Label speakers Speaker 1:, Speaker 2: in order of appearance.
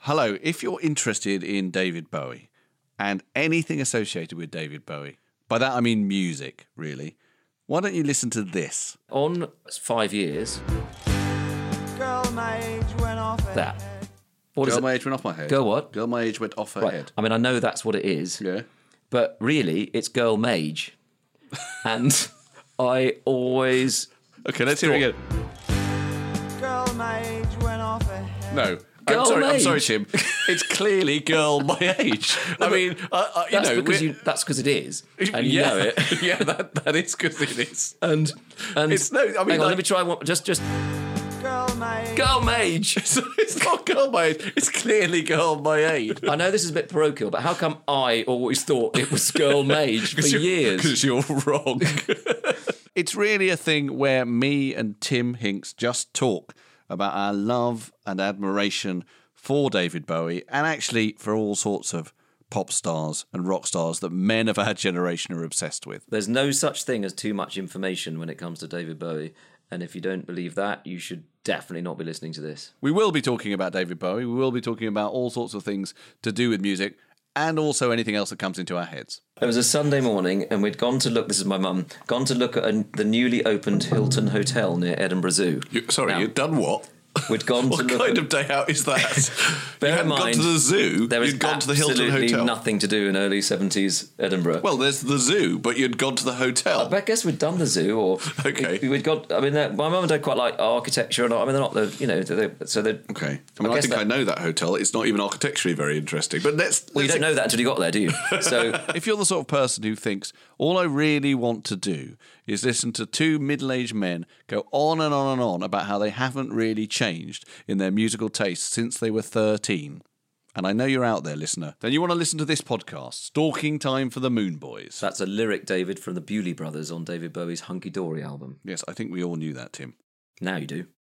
Speaker 1: Hello, if you're interested in David Bowie and anything associated with David Bowie, by that I mean music, really, why don't you listen to this?
Speaker 2: On five years,
Speaker 3: Girl, my age went off. and-
Speaker 2: that. What is
Speaker 1: Girl
Speaker 2: it?
Speaker 1: My Age Went Off My Head.
Speaker 2: Girl what?
Speaker 1: Girl My Age Went Off Her
Speaker 2: Right.
Speaker 1: Head.
Speaker 2: I mean, I know that's what it is,
Speaker 1: Yeah.
Speaker 2: but really, it's Girl Mage. and I always.
Speaker 1: Okay, let's hear it again.
Speaker 3: Girl, my age went off ahead.
Speaker 1: No. I'm
Speaker 2: Girl
Speaker 1: sorry, I'm
Speaker 2: Mage.
Speaker 1: sorry, Tim. It's clearly Girl My Age. I mean, uh, uh, you
Speaker 2: That's
Speaker 1: know,
Speaker 2: because
Speaker 1: we're-
Speaker 2: you. That's because it is, and you
Speaker 1: yeah,
Speaker 2: know it.
Speaker 1: yeah, that, that is because it is.
Speaker 2: And and
Speaker 1: It's no- I mean,
Speaker 2: hang on,
Speaker 1: like-
Speaker 2: let me try one. Just just
Speaker 3: Girl, my age.
Speaker 2: Girl Mage.
Speaker 1: So it's not Girl My Age. It's clearly Girl My Age.
Speaker 2: I know this is a bit parochial, but how come I always thought it was Girl Mage for years?
Speaker 1: Because you're wrong. it's really a thing where me and Tim Hinks just talk about our love and admiration for David Bowie and actually for all sorts of pop stars and rock stars that men of our generation are obsessed with.
Speaker 2: There's no such thing as too much information when it comes to David Bowie, and if you don't believe that, you should definitely not be listening to this.
Speaker 1: We will be talking about David Bowie. We will be talking about all sorts of things to do with music and also anything else that comes into our heads.
Speaker 2: It was a Sunday morning, and we'd gone to look. This is my mum. Gone to look at a, the newly opened Hilton Hotel near Edinburgh Zoo.
Speaker 1: sorry,
Speaker 2: Now,
Speaker 1: you've done what?
Speaker 2: We'd gone to
Speaker 1: What
Speaker 2: look.
Speaker 1: kind
Speaker 2: at,
Speaker 1: of day out is that?
Speaker 2: Bear
Speaker 1: you
Speaker 2: in
Speaker 1: hadn't gone
Speaker 2: mind,
Speaker 1: to the zoo.
Speaker 2: there was
Speaker 1: you'd gone to the Hilton
Speaker 2: absolutely
Speaker 1: Hotel.
Speaker 2: nothing to do in early seventies Edinburgh.
Speaker 1: Well, there's the zoo, but you'd gone to the hotel.
Speaker 2: But I guess we'd done the zoo, or
Speaker 1: Okay.
Speaker 2: we, we'd got. I mean, they're- my mum and dad quite like architecture, and I mean, they're not the you know, they're, they're- so they.
Speaker 1: okay. I mean, I,
Speaker 2: guess
Speaker 1: think
Speaker 2: that-
Speaker 1: I know that hotel. It's not even architecturally very interesting. But let's.
Speaker 2: Well, you don't know that until you got there, do you? So
Speaker 1: If you're the sort of person who thinks all I really want to do is listen to two middle-aged men go on and on and on about how they haven't really changed in their musical tastes since they were 13. And I know you're out there, listener. Then you want to listen to this podcast, Stalking Time for the Moon Boys.
Speaker 2: that's a lyric, David, from the Bewley Brothers on David Bowie's Hunky Dory album.
Speaker 1: yes, I think we all knew that, Tim.
Speaker 2: Now you do.